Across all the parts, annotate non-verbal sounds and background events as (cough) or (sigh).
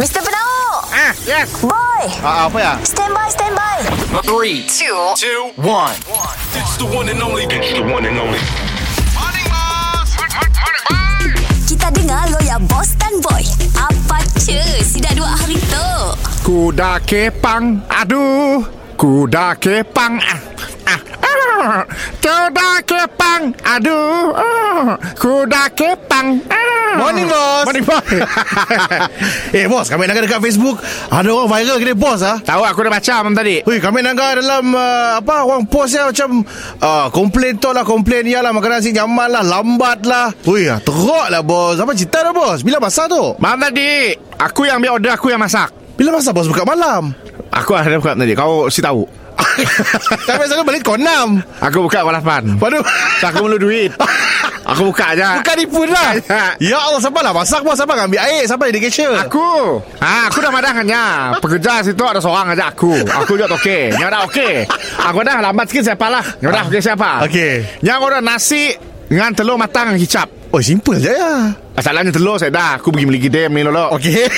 Mr. Penau Ah, yes. Boy Ah, apa ya? Stand by, stand by Three, Two two, one. It's the one and only. It's the one and only. Kita dengar lo ya Boss dan Boy Apa cuy Si dah dua hari tu Kuda kepang. Aduh. Kuda kepang. Ah. ah, ah. Kuda kepang. Aduh. Ah. Kuda kepang. Ah. Morning, boss. (laughs) Morning boss. Eh bos Kami naga dekat Facebook Ada orang viral kena bos ah. Tahu aku dah baca malam tadi. Hui, kami naga dalam uh, apa orang post dia macam uh, komplain tu lah komplain ya lah makanan si nyaman lah lambat lah. Hui, ah, teruk lah bos. Apa cerita dah bos? Bila masa tu? Malam tadi aku yang ambil order aku yang masak. Bila masa bos buka (laughs) malam? Aku ada buka tadi. Kau si tahu. kami selalu balik kau enam. Aku buka malam depan. Waduh. So, aku perlu duit. (laughs) Aku buka aja. Bukan tipu dah. ya Allah, siapa lah masak bos? Siapa ambil air? Siapa dedication? Aku ha, Aku dah madangannya Pekerja situ ada seorang aja aku Aku juga okey Yang dah okey Aku dah lambat sikit siapa lah Yang dah okey siapa Okey. Yang aku dah nasi Dengan telur matang hicap Oh, simple je ya. Masalahnya telur saya dah Aku pergi beli gidem ni lolo Okey.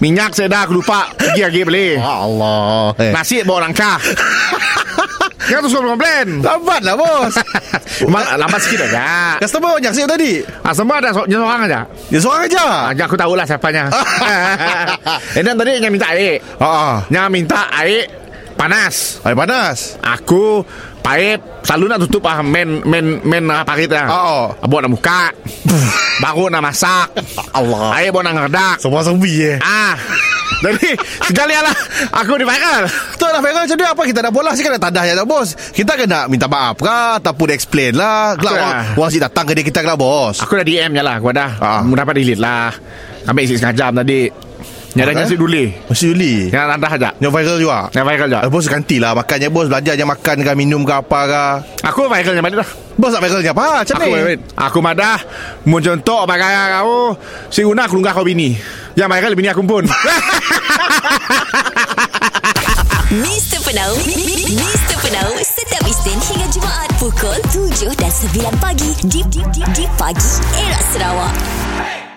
Minyak saya dah aku lupa Pergi lagi beli Ya Allah. Ah. Eh. Nasi bawa langkah Yang tu suka komplain Lambat lah bos. (laughs) Ma- Lambat sikit aja Customer banyak siap tadi. ah, Semua ada so- yang seorang aja Dia seorang aja. ah, Aku tahulah siapanya Eh dan tadi yang minta air Ha ah. Yang minta air Panas Air panas. Aku Paip Selalu nak tutup ah Men Men Men ah, parit lah Oo. Buat nak buka (laughs) Baru nak masak Allah. Air buat nak ngerdak Semua sepi eh. Ah Jadi Sekali lah Aku diviral Betul lah Farah Macam mana apa Kita dah bola Saya kena tadah ya tak bos Kita kena minta maaf kah Ataupun explain lah Kelak Betul orang, lah. orang si datang ke dia Kita kena bos Aku dah DM je lah Aku dah Ah. Mudah dapat delete lah Ambil isi setengah jam tadi Nyadanya Apa? si duli Masih Yuli Yang anda ajak Yang viral juga Yang viral je Eh, Bos gantilah makannya bos Belajar je makan ke minum ke apa ke Aku viral yang balik lah Bos nak viralnya apa Macam Aku ni viral Aku madah Mun contoh Bagai kau Si Una aku lunggah kau bini Yang viral bini aku pun Mr. Penau Mr. Penau Setiap Isnin hingga Jumaat Pukul 7 dan 9 pagi Di, di, di, di pagi Era Sarawak